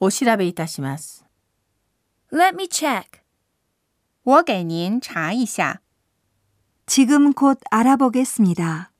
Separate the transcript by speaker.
Speaker 1: お調べいたします。
Speaker 2: Let me check.
Speaker 3: 我给您查一下。
Speaker 4: 지금 곧 알아보겠습니다.